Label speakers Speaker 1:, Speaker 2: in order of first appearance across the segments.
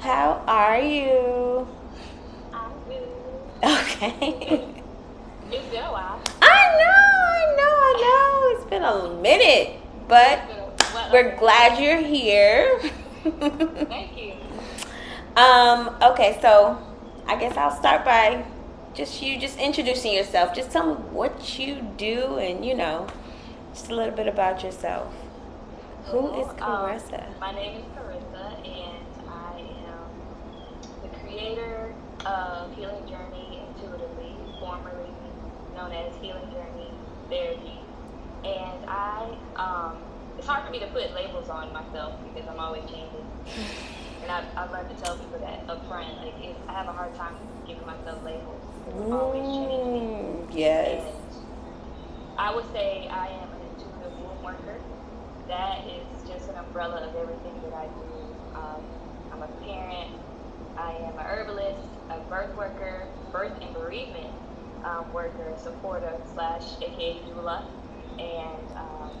Speaker 1: How are you?
Speaker 2: I'm good.
Speaker 1: Okay.
Speaker 2: It's been a while.
Speaker 1: I know, I know, I know. It's been a minute, but we're glad you're here.
Speaker 2: Thank you.
Speaker 1: um, okay, so I guess I'll start by just you just introducing yourself. Just tell me what you do and you know, just a little bit about yourself. Who is
Speaker 2: Um,
Speaker 1: Carissa?
Speaker 2: my name is Carissa, and I am the creator of Healing Journey Intuitively, formerly known as Healing Journey Therapy. And I, um, it's hard for me to put labels on myself because I'm always changing. And I, I love to tell people that up front. Like, it's, I have a hard time giving myself labels. 'cause I'm always changing.
Speaker 1: Mm, yes.
Speaker 2: I would say I am an intuitive womb worker. That is just an umbrella of everything that I do. Um, I'm a parent. I am a herbalist, a birth worker, birth and bereavement um, worker, supporter slash aka doula, and um,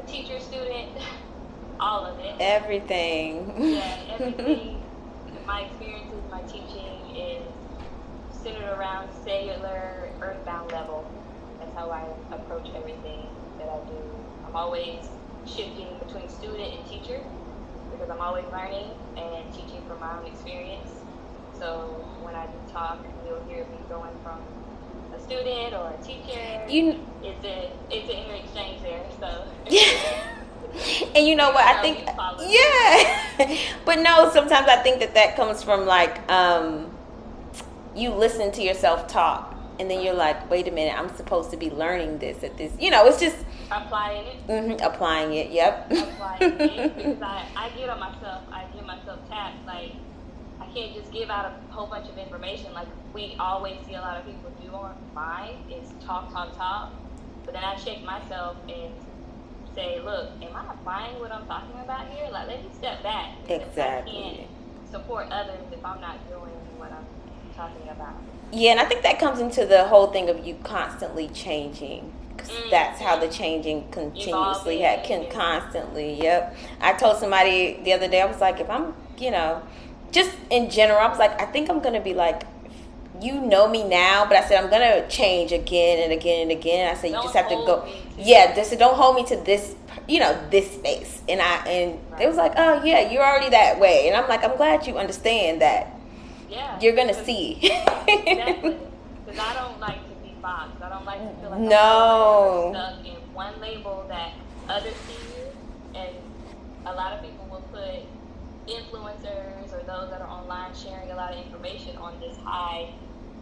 Speaker 2: a teacher, student, all of it.
Speaker 1: Everything.
Speaker 2: Yeah, everything, my experiences, my teaching is centered around cellular, earthbound level. That's how I approach everything that I do. I'm always shifting between student and teacher because I'm always learning and teaching from my own experience. So when I do talk, you'll hear me going from a student or a teacher.
Speaker 1: you
Speaker 2: it's a it's an exchange there. So
Speaker 1: and you know what i
Speaker 2: How
Speaker 1: think
Speaker 2: we follow.
Speaker 1: yeah but no sometimes i think that that comes from like um you listen to yourself talk and then you're like wait a minute i'm supposed to be learning this at this you know it's just
Speaker 2: applying it.
Speaker 1: hmm applying it yep
Speaker 2: That's why I think, because I, I get on myself, I give myself taps. Like, I can't just give out a whole bunch of information. Like, we always see a lot of people do online is talk, talk, talk. But then I shake myself and say, look, am I applying what I'm talking about here? Like, let me step back. because I
Speaker 1: exactly
Speaker 2: can't support others if I'm not doing what I'm talking about.
Speaker 1: yeah and i think that comes into the whole thing of you constantly changing 'cause
Speaker 2: Mm.
Speaker 1: that's how the changing continuously ha-
Speaker 2: Evolving,
Speaker 1: can
Speaker 2: yeah.
Speaker 1: constantly yep i told somebody the other day i was like if i'm you know just in general i was like i think i'm gonna be like you know me now but i said i'm gonna change again and again and again i said you
Speaker 2: Don't
Speaker 1: just have to
Speaker 2: hold
Speaker 1: go
Speaker 2: me to-
Speaker 1: yeah this don't hold me to this you know this space and i and it was like oh yeah you're already that way and i'm like i'm glad you understand that
Speaker 2: Yeah.
Speaker 1: you're gonna
Speaker 2: because-
Speaker 1: see
Speaker 2: Exactly. Because I don't like to be boxed. I don't like to feel like
Speaker 1: No.
Speaker 2: I'm stuck in one label that others see you. And a lot of people will put influencers or those that are online sharing a lot of information on this high,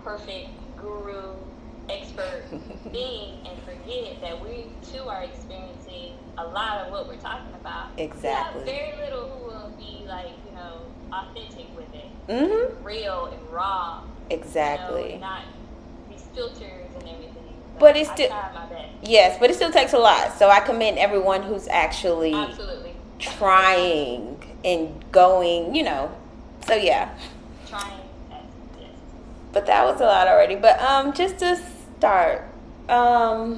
Speaker 2: perfect guru, expert thing and forget that we too are experiencing a lot of what we're talking about.
Speaker 1: Exactly.
Speaker 2: We have very little who will be like, you know, authentic with it,
Speaker 1: hmm
Speaker 2: real and raw
Speaker 1: Exactly.
Speaker 2: know, not these filters and everything.
Speaker 1: But it's still-
Speaker 2: I tried my best.
Speaker 1: Yes, but it still takes a lot. So I commend everyone who's actually
Speaker 2: Absolutely.
Speaker 1: trying and going, you know. So yeah.
Speaker 2: Trying. Yes. yes.
Speaker 1: But that was a lot already. But um just to start, um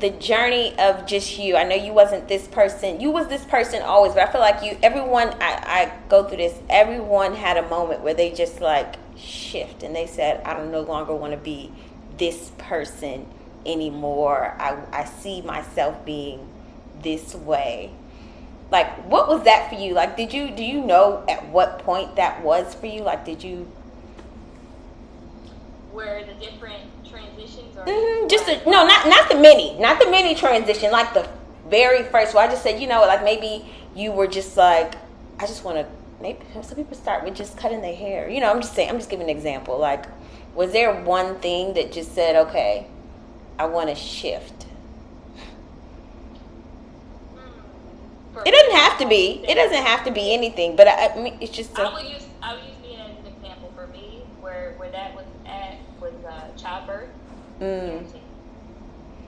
Speaker 1: the journey of just you. I know you wasn't this person. You was this person always, but I feel like you everyone I, I go through this, everyone had a moment where they just like shift and they said, I don't no longer want to be this person anymore. I I see myself being this way. Like what was that for you? Like did you do you know at what point that was for you? Like did you
Speaker 2: Where the different transitions are.
Speaker 1: hmm Just a, no, not not the mini, not the mini transition, like the very first. Well, I just said, you know, like maybe you were just like, I just want to. Maybe some people start with just cutting their hair. You know, I'm just saying, I'm just giving an example. Like, was there one thing that just said, okay, I want to shift?
Speaker 2: Hmm. For
Speaker 1: It doesn't have to be. It doesn't have to be anything. But I, I mean, it's just.
Speaker 2: I
Speaker 1: A,
Speaker 2: would use I would use me as an example for me where where that was at was uh, childbirth.
Speaker 1: mm,
Speaker 2: parenting.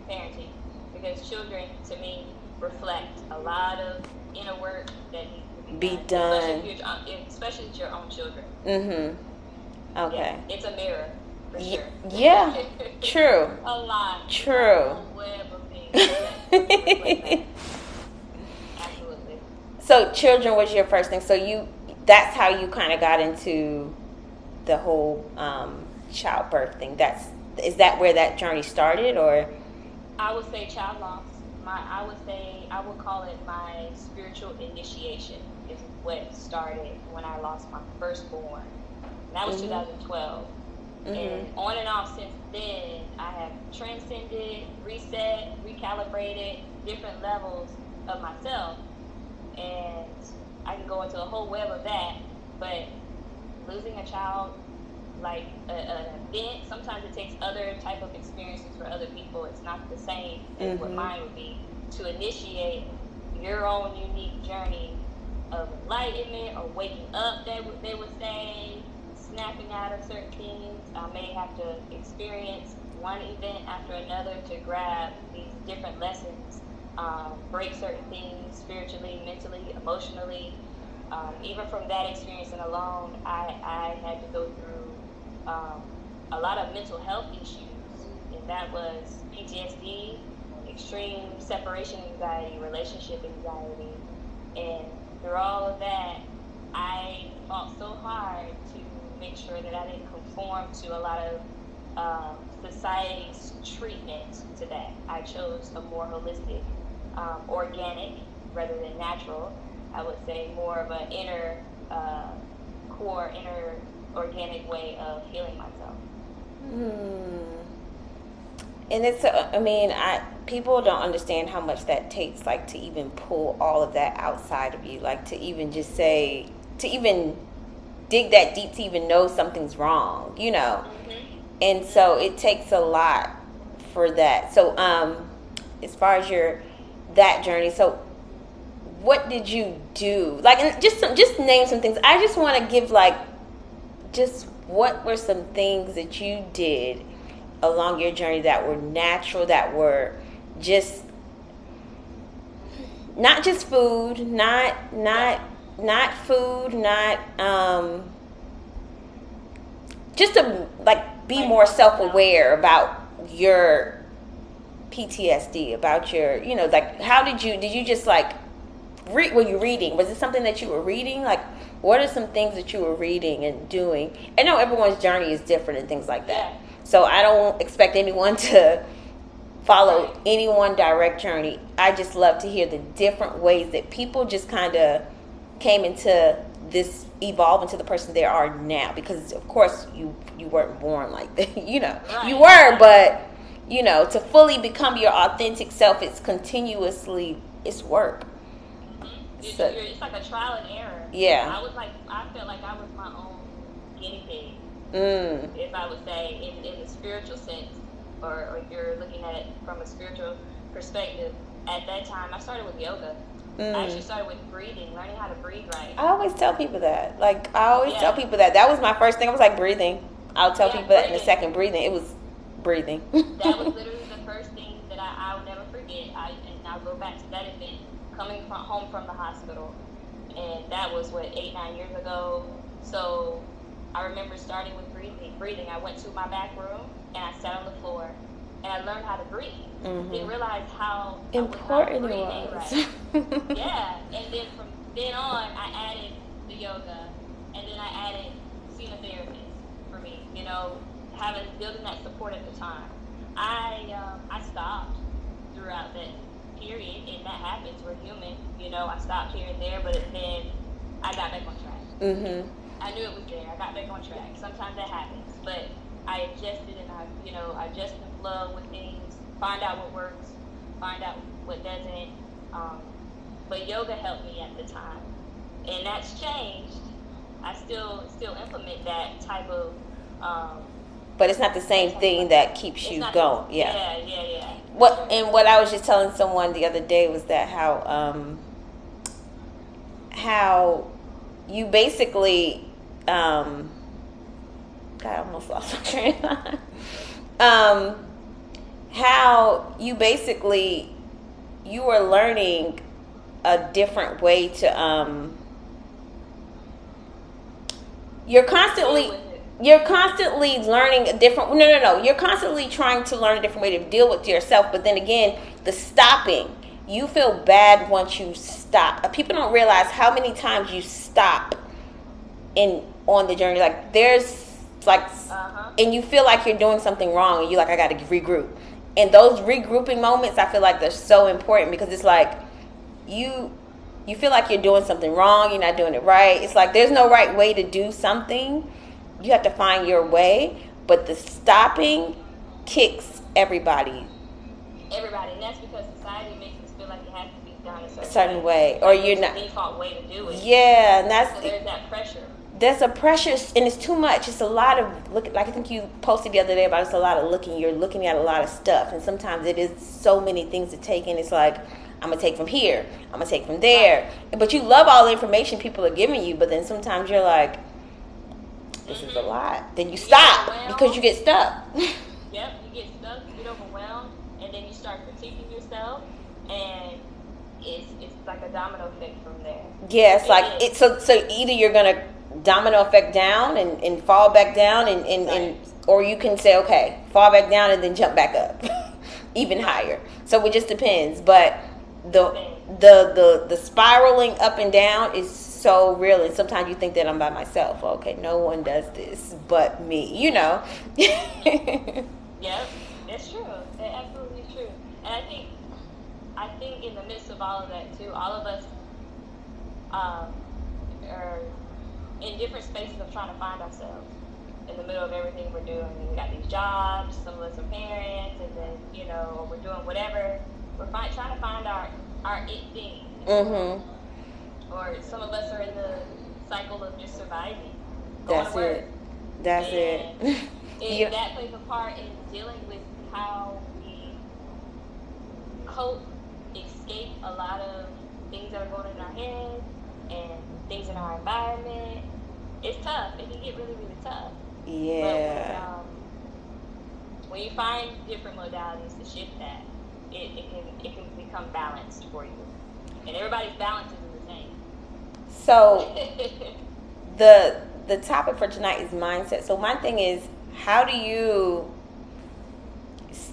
Speaker 2: Parenting. Because children, to me, reflect a lot of inner work that needs to be,
Speaker 1: Be
Speaker 2: Especially if, you're, especially if your own children.
Speaker 1: mm-hmm. Okay.
Speaker 2: Yeah, it's a mirror, for
Speaker 1: Ye-
Speaker 2: sure.
Speaker 1: yeah. True.
Speaker 2: a lot.
Speaker 1: True.
Speaker 2: A whole web of things. that reflect that. Absolutely.
Speaker 1: So children was your first thing. So you that's how you kind of got into the whole um, childbirth thing. That's is that where that journey started, or
Speaker 2: I would say child loss. My I would say I would call it my spiritual initiation is what started when I lost my firstborn. And that was
Speaker 1: Mhm.
Speaker 2: 2012.
Speaker 1: Mhm.
Speaker 2: And on and off since then, I have transcended, reset, recalibrated different levels of myself. And I can go into a whole web of that. But losing a child, like a, an event, sometimes it takes other type of experiences for other people. It's not the same as what
Speaker 1: Mhm.
Speaker 2: mine would be to initiate your own unique journey of enlightenment or waking up, they would, they would say, snapping out of certain things. I may have to experience one event after another to grab these different lessons, um, break certain things spiritually, mentally, emotionally. Um, even from that experience and alone, I, I had to go through um, a lot of mental health issues, and that was PTSD, extreme separation anxiety, relationship anxiety, and through all of that, I fought so hard to make sure that I didn't conform to a lot of um, society's treatment to that. I chose a more holistic, um, organic rather than natural. I would say more of an inner uh, core, inner organic way of healing myself.
Speaker 1: Hmm. And it's, uh, I mean, I people don't understand how much that takes, like to even pull all of that outside of you, like to even just say, to even dig that deep, to even know something's wrong, you know. And so it takes a lot for that. So, um, as far as your that journey, so what did you do? Like, and just some, just name some things. I just want to give like just what were some things that you did along your journey that were natural that were just not just food not not not food not um just to like be more self-aware about your PTSD about your you know like how did you did you just like read were you reading was it something that you were reading like what are some things that you were reading and doing i know everyone's journey is different and things like that
Speaker 2: Yeah.
Speaker 1: so i don't expect anyone to follow any one direct journey i just love to hear the different ways that people just kind of came into this evolve into the person they are now because of course you you weren't born like that you know you
Speaker 2: Right.
Speaker 1: were but you know to fully become your authentic self it's continuously it's work
Speaker 2: You're,
Speaker 1: So-
Speaker 2: you're, it's like a trial and error.
Speaker 1: Yeah.
Speaker 2: I was like, I felt like I was my own guinea pig.
Speaker 1: mm,
Speaker 2: if I would say, in, in the spiritual sense, or, or you're looking at it from a spiritual perspective, at that time, I started with yoga. I actually
Speaker 1: mm.
Speaker 2: started with breathing, learning how to breathe right.
Speaker 1: I always tell people that. Like I always
Speaker 2: Yeah.
Speaker 1: tell people that. That was my first thing. I was like breathing. I'll tell
Speaker 2: Yeah,
Speaker 1: people that in a
Speaker 2: breathing.
Speaker 1: second. Breathing. It was breathing.
Speaker 2: that was literally the first thing that I, I'll never forget. I, and I'll go back to that event, coming from home from the hospital. And that was, what, eight, nine years ago. So I remember starting with breathing. Breathing, I went to my back room and I sat on the floor and I learned how to breathe.
Speaker 1: Mhm.
Speaker 2: Didn't realize how
Speaker 1: Mm-hmm.
Speaker 2: I was not
Speaker 1: Important it
Speaker 2: breathing
Speaker 1: was.
Speaker 2: right yeah, and then from then on, I added the yoga, and then I added seeing a therapist for me. You know, having building that support at the time. I um, I stopped throughout that period, and that happens. We're human. You know, I stopped here and there, but then I got back on track.
Speaker 1: mhm.
Speaker 2: I knew it was there. I got back on track. Sometimes that happens, but I adjusted and I, you know, I adjust and flow with things. Find out what works. Find out what doesn't. Um, but yoga helped me at the time, and that's changed. I still still implement that type of. Um,
Speaker 1: But it's not the same thing that keeps
Speaker 2: it's
Speaker 1: you
Speaker 2: not-
Speaker 1: going. Yeah.
Speaker 2: Yeah. Yeah. Yeah.
Speaker 1: What and what I was just telling someone the other day was that how um how you basically um God, I almost lost my train of thought. Um how you basically you are learning a different way to um you're constantly
Speaker 2: Deal with it.
Speaker 1: you're constantly learning a different no no no you're constantly trying to learn a different way to deal with yourself but then again the stopping you feel bad once you stop. Uh, People don't realize how many times you stop in on the journey. Like there's like,
Speaker 2: Uh-huh.
Speaker 1: and you feel like you're doing something wrong, and you're like, I got to regroup. And those regrouping moments, I feel like they're so important because it's like you you feel like you're doing something wrong, you're not doing it right. It's like there's no right way to do something. You have to find your way, but the stopping kicks everybody
Speaker 2: Everybody, and that's because society makes us feel like it has to be done a
Speaker 1: a
Speaker 2: certain,
Speaker 1: certain way, or you're
Speaker 2: It's
Speaker 1: not.
Speaker 2: the default way to do it.
Speaker 1: Yeah, and
Speaker 2: So
Speaker 1: that's
Speaker 2: there's that pressure.
Speaker 1: there's a pressure, and it's too much. It's a lot of look. Like I think you posted the other day about it's a lot of looking. You're looking at a lot of stuff, and sometimes it is so many things to take in. It's like I'm gonna take from here, I'm gonna take from there. But you love all the information people are giving you, but then sometimes you're like, this is a lot. Then you stop
Speaker 2: well-
Speaker 1: because you get stuck.
Speaker 2: Yep, you get stuck, you get overwhelmed, and then you start critiquing yourself, and it's it's like a domino effect from there.
Speaker 1: yeah, it's like
Speaker 2: It is.
Speaker 1: it's so. So either you're gonna domino effect down and, and fall back down, and and, and or you can say okay, fall back down and then jump back up, even higher. So it just depends. But the the the the spiraling up and down is so real, and sometimes you think that I'm by myself. Okay, no one does this but me. You know. Mm-hmm.
Speaker 2: Yep, that's true. That's absolutely true. And I think, I think in the midst of all of that too, all of us um, are in different spaces of trying to find ourselves in the middle of everything we're doing. We got these jobs, some of us are parents, and then you know we're doing whatever. We're find, trying to find our our it thing.
Speaker 1: mhm.
Speaker 2: Or some of us are in the cycle of just surviving. Going
Speaker 1: That's
Speaker 2: to work,
Speaker 1: it. That's
Speaker 2: Yeah.
Speaker 1: it.
Speaker 2: and
Speaker 1: You-
Speaker 2: that plays a part in dealing with how we cope, escape a lot of things that are going on in our heads and things in our environment. It's tough. It can get really, really tough.
Speaker 1: yeah.
Speaker 2: But um, when you find different modalities to shift that, it, it can it can become balanced for you. And everybody's balance isn't the
Speaker 1: So
Speaker 2: same.
Speaker 1: the the topic for tonight is mindset. So my thing is, how do you s-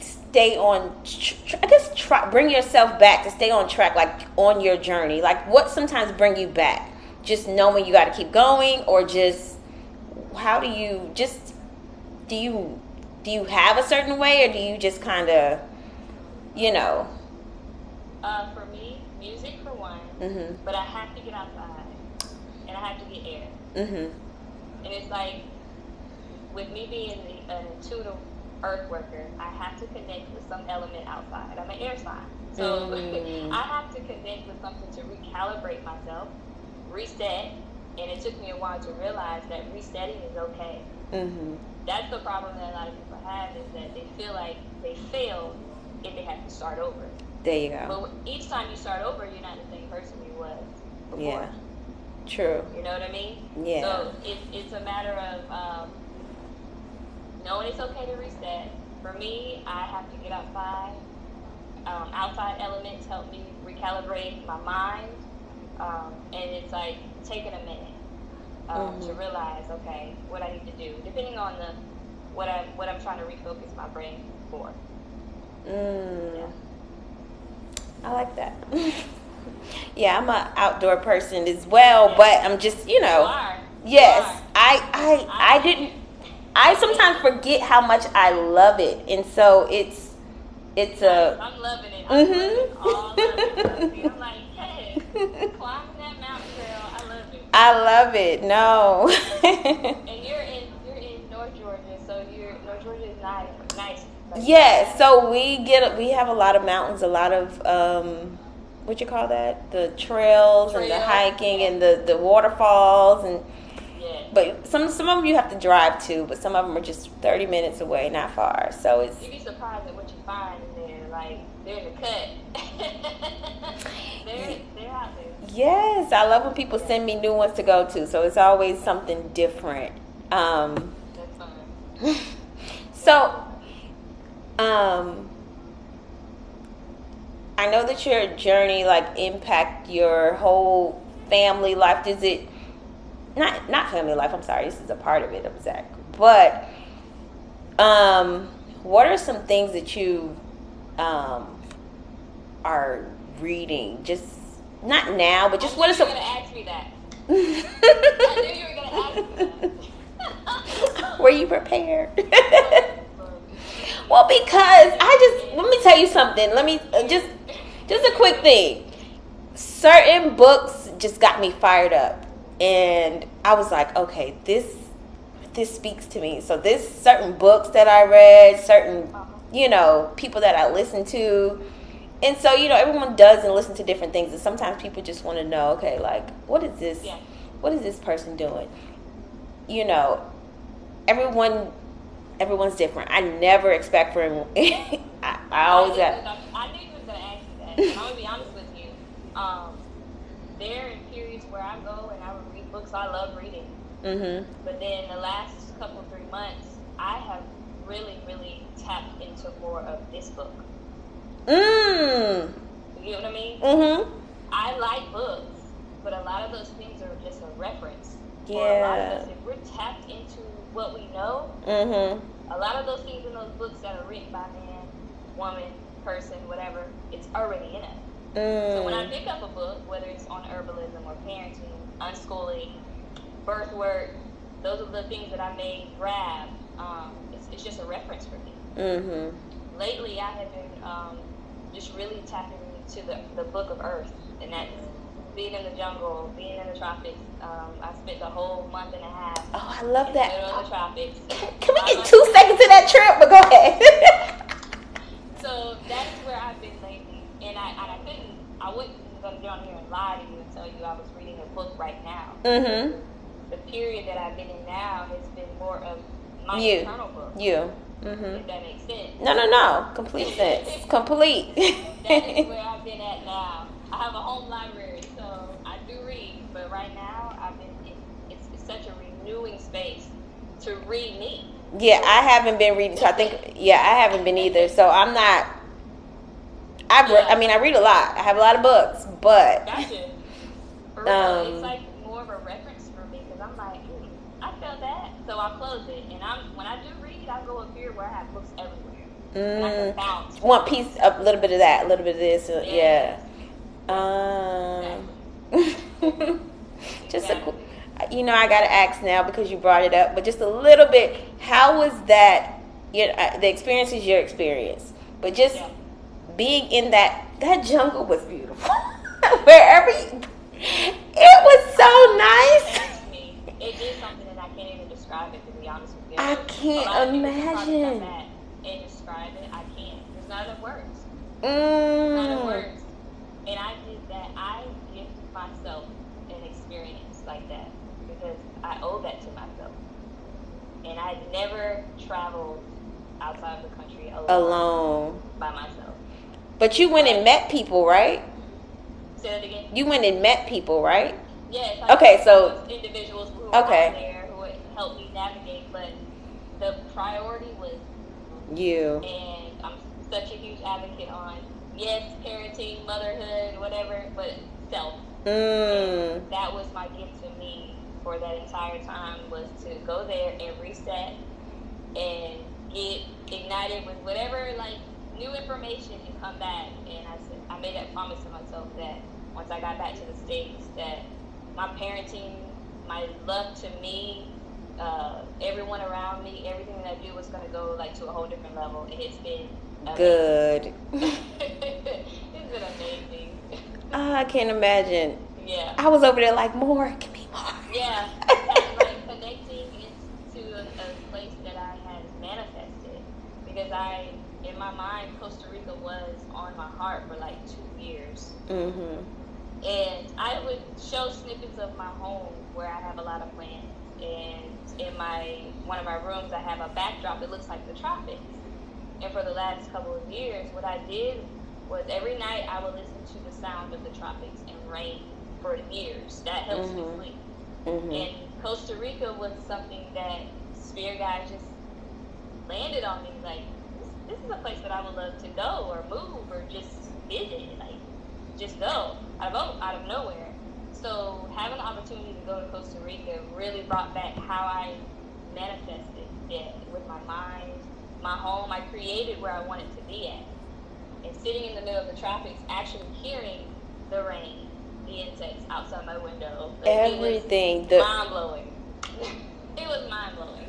Speaker 1: stay on? tr- tr- I guess try bring yourself back to stay on track, like on your journey. Like what sometimes bring you back? Just knowing you got to keep going, or just how do you just do you do you have a certain way, or do you just kind of you know?
Speaker 2: uh, for me, music for one,
Speaker 1: Mhm.
Speaker 2: but I have to get outside and I have to get air.
Speaker 1: Mhm.
Speaker 2: And it's like, with me being the, an intuitive earth worker, I have to connect with some element outside. I'm an air sign. So
Speaker 1: Mm.
Speaker 2: I have to connect with something to recalibrate myself, reset. And it took me a while to realize that resetting is okay.
Speaker 1: Mhm.
Speaker 2: That's the problem that a lot of people have is that they feel like they failed if they have to start over.
Speaker 1: There you go.
Speaker 2: But each time you start over, you're not the same person you was before.
Speaker 1: Yeah. True.
Speaker 2: You know what I mean?
Speaker 1: Yeah.
Speaker 2: So it's it's a matter of um, knowing it's okay to reset. For me, I have to get outside. Um, outside elements help me recalibrate my mind, um, and it's like taking a minute um,
Speaker 1: Mm-hmm.
Speaker 2: to realize, okay, what I need to do, depending on the what I what I'm trying to refocus my brain for.
Speaker 1: Mm. I like that. yeah, I'm an outdoor person as well,
Speaker 2: Yeah.
Speaker 1: but I'm just, you know.
Speaker 2: You are. You
Speaker 1: Oh. Yes,
Speaker 2: are.
Speaker 1: I, I, I didn't. I sometimes forget how much I love it, and so it's, it's a.
Speaker 2: I'm loving it. I'm
Speaker 1: Mhm.
Speaker 2: loving it. All of it. I'm like, yes, climb that mountain, girl. I love it.
Speaker 1: I love it. No.
Speaker 2: And you're in you're in North Georgia, so you're North Georgia is nice, nice. Like,
Speaker 1: yeah, so we get we have a lot of mountains, a lot of um, what you call that? The trails, and the
Speaker 2: Trails.
Speaker 1: hiking and the the waterfalls and.
Speaker 2: yeah.
Speaker 1: But some some of them you have to drive to, but some of them are just thirty minutes away, not far. So it's
Speaker 2: You'd be surprised at what you find in there. Like they're in the cut. they're they're out there.
Speaker 1: yes, I love when people send me new ones to go to. So it's always something different. Um,
Speaker 2: That's fun.
Speaker 1: so, um, I know that your journey like impact your whole family life. Does it not not family life? I'm sorry, this is a part of it. I'm Zach, but um, what are some things that you um, are reading? Just not now, but just what is
Speaker 2: you
Speaker 1: some.
Speaker 2: were gonna ask me that. I knew
Speaker 1: were
Speaker 2: you were gonna ask me
Speaker 1: you prepared?
Speaker 2: that.
Speaker 1: well, because I just let me tell you something. Let me uh, just just a quick thing. Certain books just got me fired up, and I was like, okay, this this speaks to me. So this certain books that I read, certain you know people that I listen to, and so you know everyone does and listen to different things, and sometimes people just want to know, okay, like what is this?
Speaker 2: Yeah.
Speaker 1: What is this person doing? You know, everyone everyone's different. I never expect for I, I always
Speaker 2: I,
Speaker 1: got.
Speaker 2: I knew you was gonna ask me that. And I'm gonna be honest with you. Um, there are periods where I go and I would read books. I love reading,
Speaker 1: Mhm.
Speaker 2: but then the last couple three months, I have really, really tapped into more of this book.
Speaker 1: Mm.
Speaker 2: You know what I mean?
Speaker 1: Mhm.
Speaker 2: I like books, but a lot of those things are just a reference. For a lot
Speaker 1: Yeah.
Speaker 2: of us, if we're tapped into what we know,
Speaker 1: Mhm.
Speaker 2: a lot of those things in those books that are written by man, woman, person, whatever, it's already in us. So when I
Speaker 1: Mm.
Speaker 2: pick up a book, whether it's on herbalism or parenting, unschooling, birth work, those are the things that I may grab. Um, it's, it's just a reference for me.
Speaker 1: Mhm.
Speaker 2: Lately, I have been um, just really tapping into the, the book of Earth, and that's being in the jungle, being in the tropics. Um, I spent a whole month and a half
Speaker 1: Oh, I
Speaker 2: in
Speaker 1: love
Speaker 2: the
Speaker 1: that.
Speaker 2: middle of the tropics.
Speaker 1: Can
Speaker 2: by
Speaker 1: we get
Speaker 2: myself.
Speaker 1: two seconds to that trip? But go ahead.
Speaker 2: So that's where I've been lately, and I and I couldn't, I wasn't gonna get on here and lie to you and tell you I was reading a book right now.
Speaker 1: mhm.
Speaker 2: The period that I've been in now has been more of my
Speaker 1: You.
Speaker 2: internal book,
Speaker 1: You. Mhm.
Speaker 2: if that makes sense.
Speaker 1: No, no, no. Complete sense. Complete.
Speaker 2: That is where I've been at now. I have a home library, so I do read, but right now I've been it, it's, it's such a renewing space to read me.
Speaker 1: Yeah, I haven't been reading. So I think, yeah, I haven't been either. So I'm not. I re- I mean, I read a lot. I have a lot of books, but
Speaker 2: Gotcha. For real,
Speaker 1: Um,
Speaker 2: it's like more of a reference for me because I'm like, hmm, I felt that, so I close it. And I'm when I do read, I go up here where I have books everywhere. And I can
Speaker 1: mm,
Speaker 2: bounce.
Speaker 1: one piece, a little bit of that, a little bit of this. uh, Yeah. Um, just a, qu- you know, I gotta ask now because you brought it up, but just a little bit. How was that? Your, uh, the experience is your experience, but just
Speaker 2: Yeah.
Speaker 1: being in that that jungle was beautiful. Wherever you, it was so nice.
Speaker 2: It, me. it did something that I can't even describe it to be honest with you.
Speaker 1: I can't
Speaker 2: A lot of people could probably come
Speaker 1: imagine.
Speaker 2: back And describe it, I can't. There's not enough words. Not enough
Speaker 1: Mm.
Speaker 2: words. And I did that. I gift myself an experience like that because I owe that to myself. And I never traveled outside of the country alone,
Speaker 1: Alone,
Speaker 2: by myself.
Speaker 1: but you went and met people, right?
Speaker 2: Say that again.
Speaker 1: You went and met people, right?
Speaker 2: Yes.
Speaker 1: Okay, so-
Speaker 2: those individuals who were
Speaker 1: Okay.
Speaker 2: out there who would help me navigate, but the priority was
Speaker 1: You.
Speaker 2: and I'm such a huge advocate on yes, parenting, motherhood, whatever, but self.
Speaker 1: Mm.
Speaker 2: that was my gift to me for that entire time was to go there and reset and get ignited with whatever like new information and come back and I said I made that promise to myself that once I got back to the States that my parenting, my love to me, uh, everyone around me, everything that I do was gonna go like to a whole different level and it's been amazing.
Speaker 1: Good.
Speaker 2: it's been amazing.
Speaker 1: Ah, I can't imagine.
Speaker 2: yeah.
Speaker 1: I was over there like, more, give me more.
Speaker 2: Yeah, and, like connecting it to a, a place that I had manifested because I, in my mind, Costa Rica was on my heart for like two years,
Speaker 1: Mm-hmm.
Speaker 2: and I would show snippets of my home where I have a lot of plants, and in my one of my rooms I have a backdrop that looks like the tropics, and for the last couple of years, what I did was every night I would listen to the sound of the tropics and rain for years. That helps
Speaker 1: Mhm.
Speaker 2: me sleep.
Speaker 1: Mm-hmm.
Speaker 2: And Costa Rica was something that Spirit Guide just landed on me. Like, this, this is a place that I would love to go or move or just visit. Like, just go out of, out of nowhere. So having the opportunity to go to Costa Rica really brought back how I manifested it with my mind, my home. I created where I wanted to be at. and sitting in the middle of the traffic, actually hearing the rain, the insects outside my window. Like, it was
Speaker 1: Everything. The,
Speaker 2: mind blowing. it was mind blowing.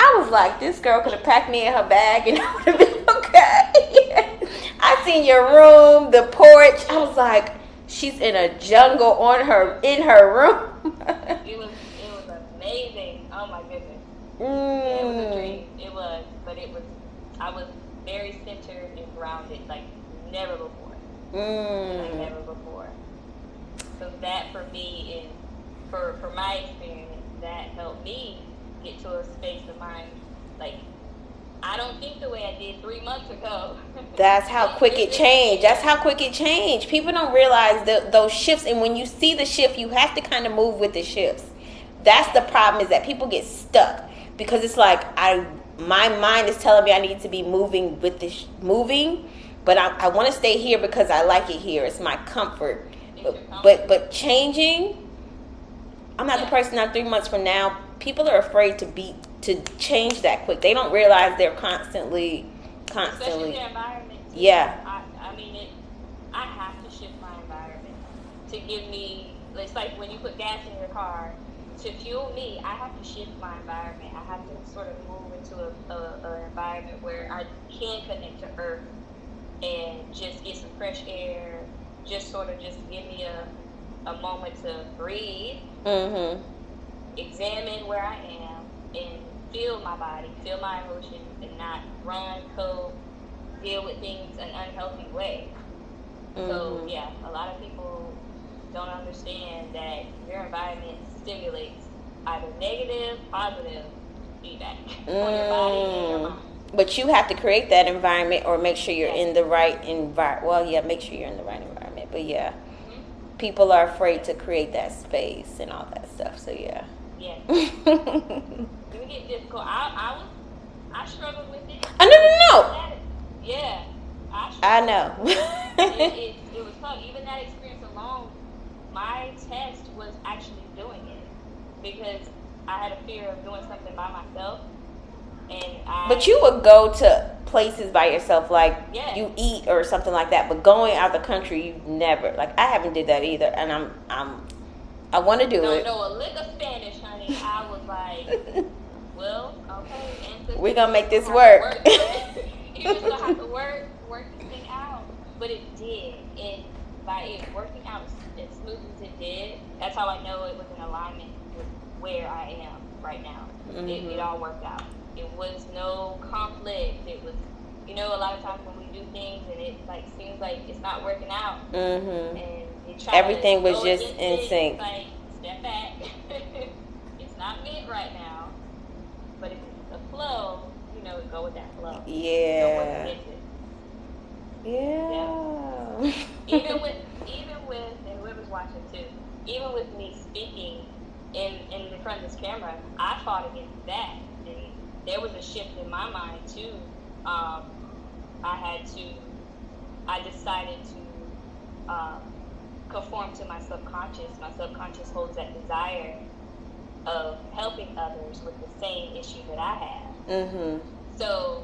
Speaker 1: I was like, this girl could have packed me in her bag and I would have been okay. I seen your room, the porch. I was like, she's in a jungle on her in her room.
Speaker 2: it was it was amazing. Oh my goodness. It was a
Speaker 1: mm.
Speaker 2: dream. It was, but it was. I was very centered and grounded, like never before, like
Speaker 1: Mm.
Speaker 2: never before. So that for me is, for for my experience, that helped me get to a space of mind. Like I don't think the way I did three months ago.
Speaker 1: That's how quick it changed. That's how quick it changed. People don't realize the, those shifts, and when you see the shift, you have to kind of move with the shifts. That's the problem is that people get stuck because it's like I, my mind is telling me I need to be moving with this moving, but I, I want to stay here because I like it here. It's my comfort. But but, but changing, I'm not the person that three months from now. People are afraid to be to change that quick. They don't realize they're constantly,
Speaker 2: especially
Speaker 1: constantly.
Speaker 2: their environment. too.
Speaker 1: Yeah.
Speaker 2: I, I mean, it, I have to shift my environment to give me. It's like when you put gas in your car. To fuel me, I have to shift my environment. I have to sort of move into a, a, a environment where I can connect to Earth and just get some fresh air. Just sort of just give me a a moment to breathe
Speaker 1: Mm-hmm.
Speaker 2: examine where I am and feel my body, feel my emotions, and not run, cope, deal with things an unhealthy way. So,
Speaker 1: Mhm.
Speaker 2: yeah, a lot of people don't understand that your environment stimulates either negative, positive feedback on your body and your
Speaker 1: Mm.
Speaker 2: mind.
Speaker 1: But you have to create that environment or make sure you're
Speaker 2: Yeah.
Speaker 1: in the right environment. Well, yeah, make sure you're in the right environment. But yeah,
Speaker 2: Mhm.
Speaker 1: people are afraid to create that space and all that stuff. So yeah. Uh,
Speaker 2: Yeah,
Speaker 1: oh,
Speaker 2: it can get difficult. I, I was, I struggled with it.
Speaker 1: no, no, no.
Speaker 2: Yeah, I struggled.
Speaker 1: I
Speaker 2: it,
Speaker 1: know.
Speaker 2: it, it was tough. Even that experience alone, my test was actually doing it because I had a fear of doing something by myself, and I.
Speaker 1: but you would go to places by yourself, like
Speaker 2: Yeah.
Speaker 1: you eat or something like that. But going out the country, you never. Like I haven't did that either, and I'm I'm I want to do
Speaker 2: don't
Speaker 1: it.
Speaker 2: know a lick of Spanish, honey. I was like, well, okay. and so
Speaker 1: We're gonna make this
Speaker 2: you have to
Speaker 1: work.
Speaker 2: you just gonna have to work, work this thing out. But it did, and by it working out as as smooth as it did, that's how I know it was in alignment with where I am right now. It,
Speaker 1: Mhm.
Speaker 2: it all worked out. It was no conflict. It was, you know, a lot of times when we do things and it like seems like it's not working out,
Speaker 1: hmm
Speaker 2: and you try
Speaker 1: Everything
Speaker 2: to
Speaker 1: was
Speaker 2: go
Speaker 1: just
Speaker 2: against
Speaker 1: in
Speaker 2: it,
Speaker 1: sync.
Speaker 2: Like, step back. it's not meant right now, but if it's the flow, you know, go with that flow. Don't work
Speaker 1: Yeah.
Speaker 2: against it.
Speaker 1: Yeah.
Speaker 2: Even with, even with, and whoever's watching too, even with me speaking in in the front of this camera, I fought against that, and there was a shift in my mind too. Um, I had to, I decided to um, conform to my subconscious. My subconscious holds that desire of helping others with the same issue that I have.
Speaker 1: mhm.
Speaker 2: So,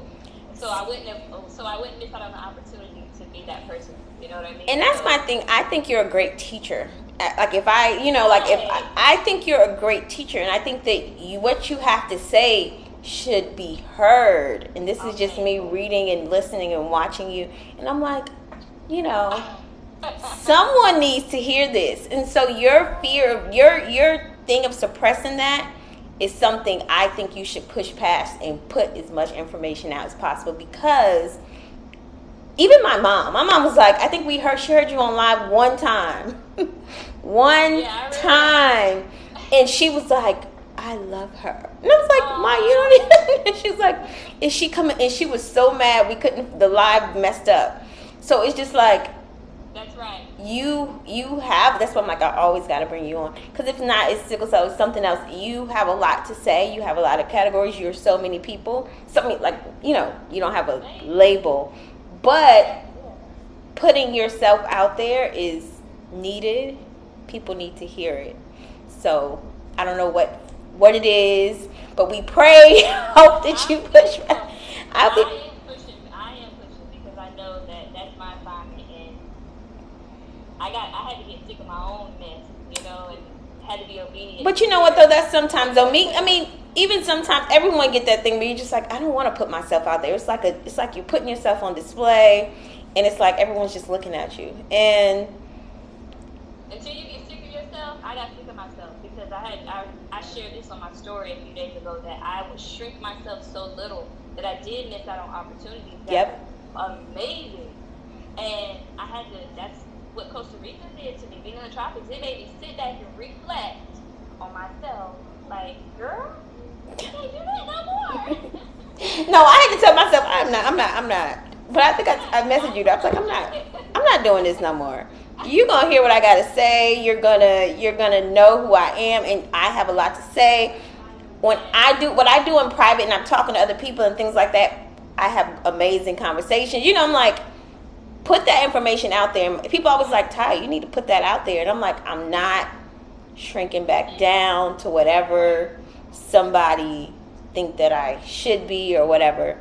Speaker 2: so I wouldn't have, so I wouldn't miss out on the opportunity to be that person. You know what I mean?
Speaker 1: And that's
Speaker 2: So-
Speaker 1: my thing. I think you're a great teacher. I- Like if I, you know, like if I, I think you're a great teacher, and I think that you, what you have to say should be heard. And this is just me reading and listening and watching you, and I'm like, you know. someone needs to hear this and so your fear of your your thing of suppressing that is something i think you should push past and put as much information out as possible because even my mom my mom was like i think we heard she heard you on live one time one
Speaker 2: Yeah, I remember.
Speaker 1: time and she was like i love her and i was like my you don't even and she was like is she coming and she was so mad we couldn't the live messed up so it's just like
Speaker 2: That's right.
Speaker 1: you you have that's why I'm like I always got to bring you on because if not it's sickle cell it's something else you have a lot to say you have a lot of categories you're so many people something like you know you don't have a label but putting yourself out there is needed people need to hear it so I don't know what what it is but we pray hope that you push I
Speaker 2: I
Speaker 1: hope
Speaker 2: am pushing. I am pushing because I know that that I got I had to get sick of my own mess, you know, and had to be obedient.
Speaker 1: But you know what though? That's sometimes though. Me, I mean, even sometimes everyone get that thing, but you're just like, I don't want to put myself out there. It's like a, it's like you're putting yourself on display, and it's like everyone's just looking at you. And
Speaker 2: until you get sick of yourself, I got sick of myself because I had I, I shared this on my story a few days ago that I would shrink myself so little that I did miss out on opportunities. That
Speaker 1: Yep.
Speaker 2: were Amazing. And I had to. That's what Costa Rica did to me. Being in the tropics, it made me sit back and reflect on myself. Like, girl, you can't do that no more.
Speaker 1: no, I had to tell myself I'm not, I'm not, I'm not. But I think I, I messaged you. I was like, I'm not, I'm not doing this no more. You're gonna hear what I gotta say. You're gonna, you're gonna know who I am, and I have a lot to say. When I do what I do in private, and I'm talking to other people and things like that, I have amazing conversations. You know, I'm like, put that information out there. And people always like, Ty, you need to put that out there. And I'm like, I'm not shrinking back down to whatever somebody think that I should be or whatever.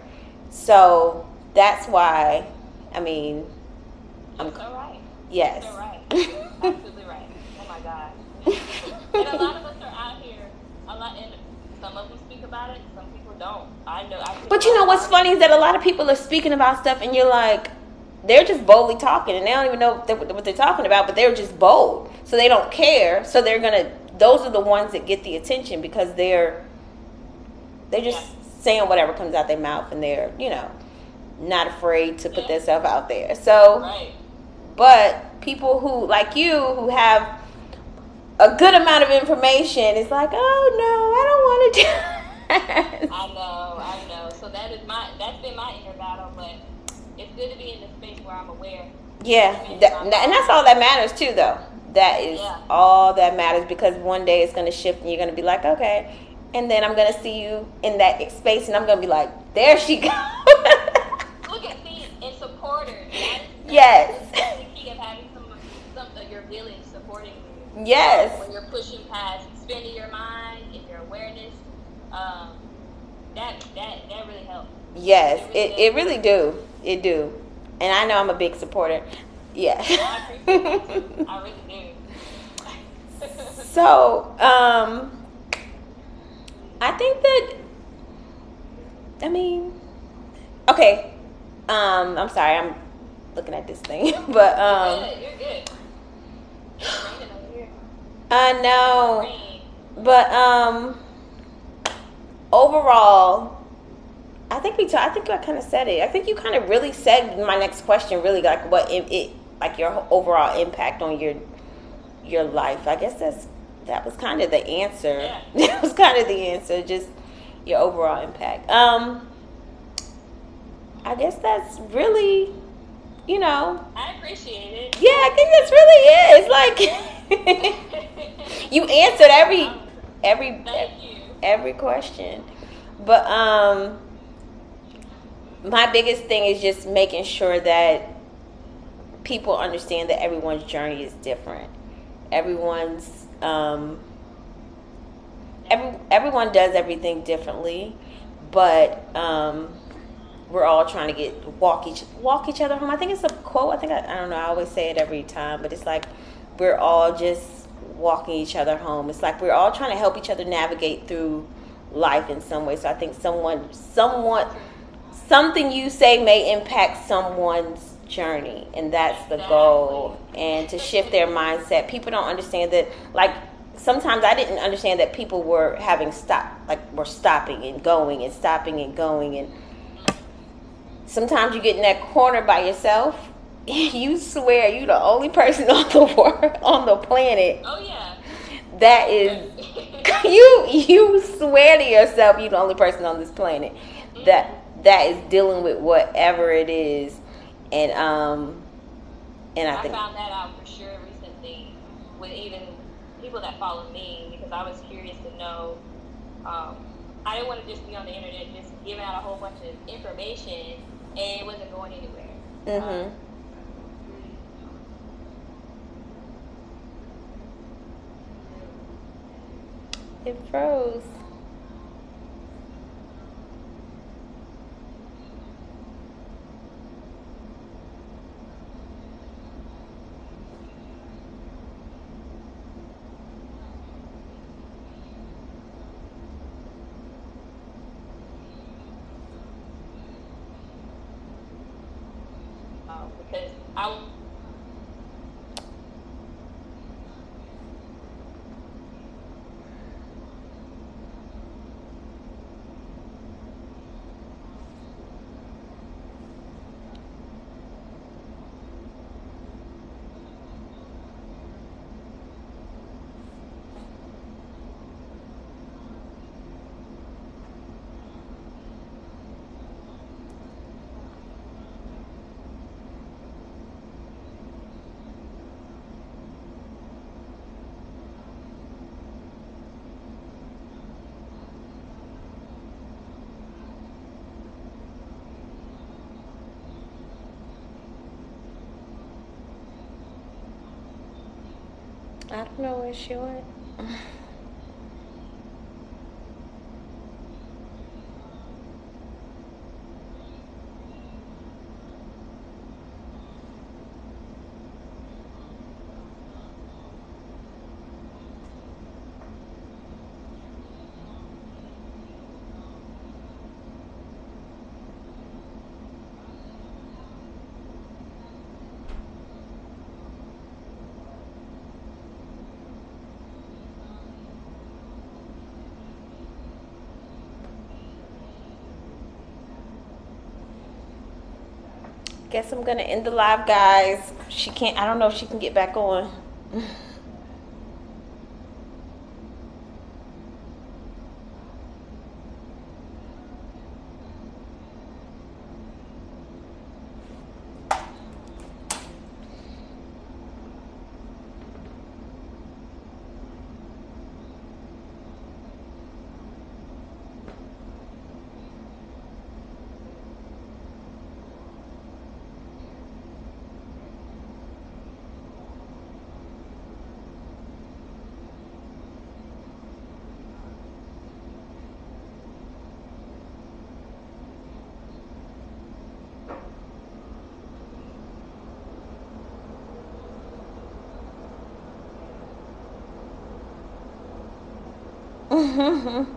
Speaker 1: So that's why, I mean, I'm
Speaker 2: It's all right.
Speaker 1: yes.
Speaker 2: You're right. You're absolutely right. Oh my gosh. and a lot of us are out here. A lot, and some of them speak about it. Some people don't. I know. I
Speaker 1: But you know what's funny is that a lot of people are speaking about stuff, and you're like, they're just boldly talking, and they don't even know what they're, what they're talking about, but they're just bold, so they don't care. So they're gonna. Those are the ones that get the attention because they're they're just saying whatever comes out their mouth, and they're you know not afraid to put themselves out there. So
Speaker 2: Right.
Speaker 1: but people who like you who have a good amount of information is like, oh no, I don't want to do.
Speaker 2: I know. I know. So that is my. That's been my inner battle. But it's good to be in the space where I'm aware.
Speaker 1: Yeah, that, and that's all that matters too, though. That is
Speaker 2: Yeah.
Speaker 1: all that matters because one day it's going to shift and you're going to be like, okay, and then I'm going to see you in that space and I'm going to be like, there she goes.
Speaker 2: Look at me and support her. That's-
Speaker 1: Yes.
Speaker 2: That's the key of having some, some of your village supporting you.
Speaker 1: yes,
Speaker 2: when you're pushing past expanding your mind and your awareness um, that that that really helps
Speaker 1: yes, it it really do, it do, and I know I'm a big supporter. Yeah.
Speaker 2: i appreciate that too i really do
Speaker 1: So, um, I think that, I mean, okay, um, I'm sorry, I'm looking at this thing, but, um,
Speaker 2: good, you're good It's raining over here.
Speaker 1: I know,
Speaker 2: Rain.
Speaker 1: but, um, overall, I think we, ta- I think I kind of said it. I think you kind of really said my next question, really, like what it, it, like your overall impact on your, your life. I guess that's that was kind of the answer.
Speaker 2: Yeah.
Speaker 1: that was kind of the answer. Just your overall impact. Um, I guess that's really, you know,
Speaker 2: i appreciate it
Speaker 1: yeah. I think that's really it. It's like you answered every every
Speaker 2: thank you
Speaker 1: every question, but um, my biggest thing is just making sure that people understand that everyone's journey is different. Everyone's um, every everyone does everything differently, but um, we're all trying to get walk each walk each other home. I think it's a quote. I think I, I don't know. I always say it every time, but it's like we're all just walking each other home. It's like we're all trying to help each other navigate through life in some way. So I think someone, someone, something you say may impact someone's journey, and that's the goal. And to shift their mindset, people don't understand that. Like sometimes I didn't understand that people were having stop, like were stopping and going and stopping and going and sometimes you get in that corner by yourself. You swear you the only person on the world, on the planet
Speaker 2: oh yeah
Speaker 1: that is you you swear to yourself you the only person on this planet that that is dealing with whatever it is and um and I
Speaker 2: I
Speaker 1: think
Speaker 2: found that out for sure recently with even people that follow me because I was curious to know. Um, I didn't want to just be on the internet just giving out a whole bunch of information and it wasn't going anywhere. Um,
Speaker 1: mhm it froze
Speaker 2: um, because I
Speaker 1: I don't know where she went. Guess I'm gonna end the live, guys. She can't. I don't know if she can get back on.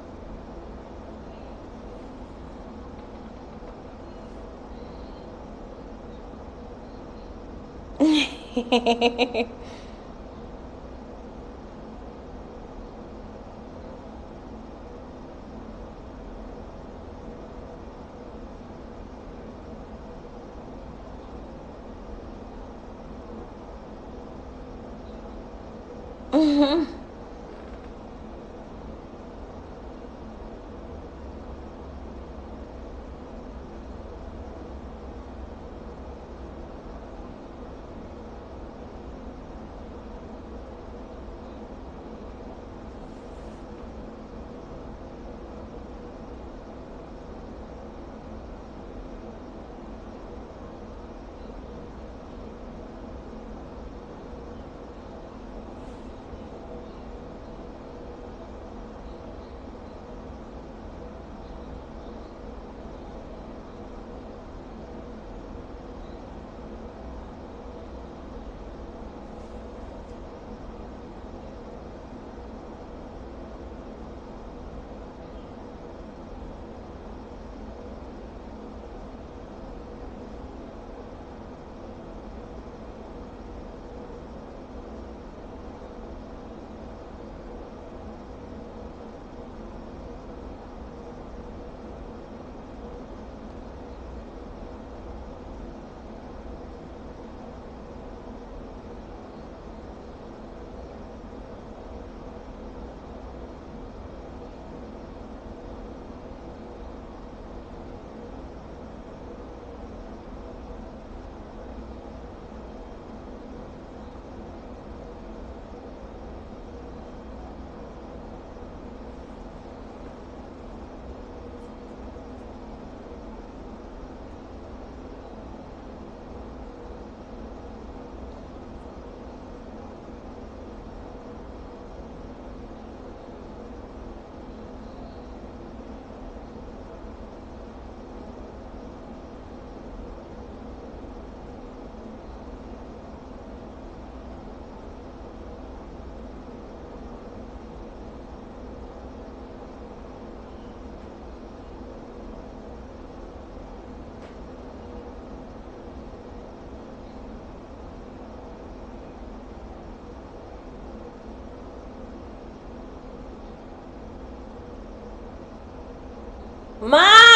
Speaker 1: Mom.